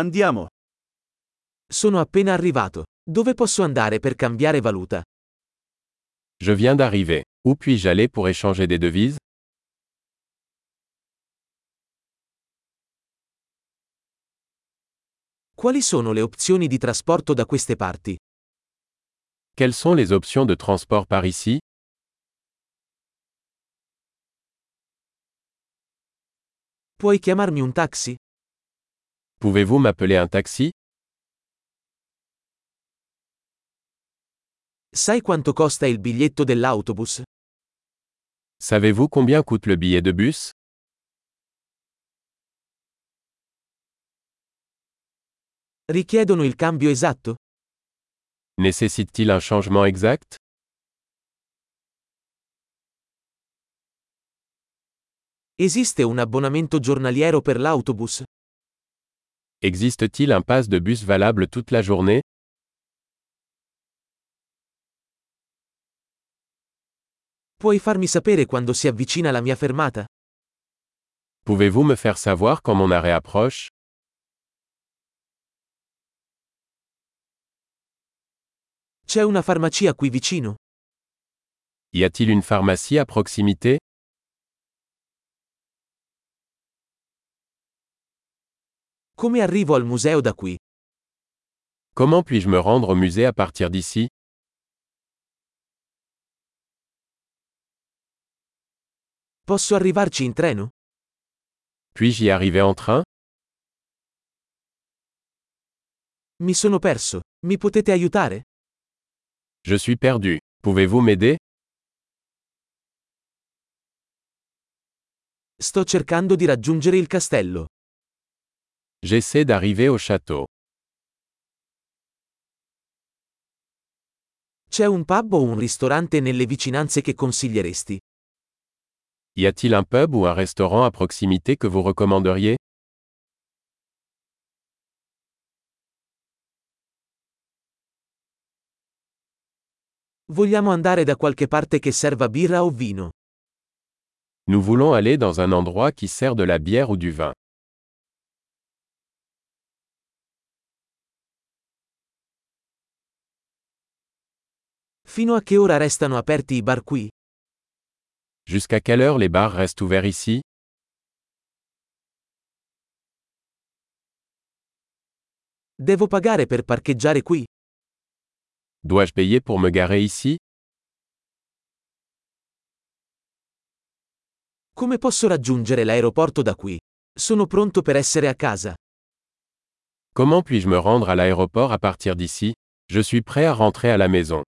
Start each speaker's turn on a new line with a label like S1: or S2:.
S1: Andiamo.
S2: Sono appena arrivato. Dove posso andare per cambiare valuta?
S3: Je viens d'arriver. Où puis-je aller pour échanger des devises
S2: Quali sono le opzioni di trasporto da queste parti?
S3: Quelles sont les options de transport par ici
S2: Puoi chiamarmi un taxi?
S3: Pouvez-vous m'appeler un taxi
S2: Sai quanto costa il biglietto dell'autobus?
S3: Savez-vous combien coûte le billet de bus
S2: Richiedono il cambio esatto?
S3: Nécessite-t-il un changement exact
S2: Esiste un abbonamento giornaliero per l'autobus?
S3: Existe-t-il un pass de bus valable toute la journée
S2: Puoi farmi sapere quando si avvicina la mia fermata?
S3: Pouvez-vous me faire savoir quand mon arrêt approche
S2: C'è una farmacia qui vicino?
S3: Y a-t-il une pharmacie à proximité
S2: Come arrivo al museo da qui?
S3: Comment puis-je me rendre au musée à partir d'ici
S2: Posso arrivarci in treno?
S3: Puis-je y arriver en train
S2: Mi sono perso. Mi potete aiutare?
S3: Je suis perdu. Pouvez-vous m'aider
S2: Sto cercando di raggiungere il castello.
S3: J'essaie d'arriver au château.
S2: C'è un pub o un ristorante nelle vicinanze che consiglieresti?
S3: Y a-t-il un pub ou un restaurant à proximité que vous recommanderiez
S2: Vogliamo andare da qualche parte che serva birra o vino.
S3: Nous voulons aller dans un endroit qui sert de la bière ou du vin.
S2: Fino a che ora restano aperti i bar qui?
S3: Jusqu'à quelle heure les bars restent ouverts ici
S2: Devo pagare per parcheggiare qui?
S3: Dois-je payer pour me garer ici
S2: Come posso raggiungere l'aeroporto da qui? Sono pronto per essere a casa.
S3: Comment puis-je me rendre à l'aéroport à partir d'ici Je suis prêt à rentrer à la maison.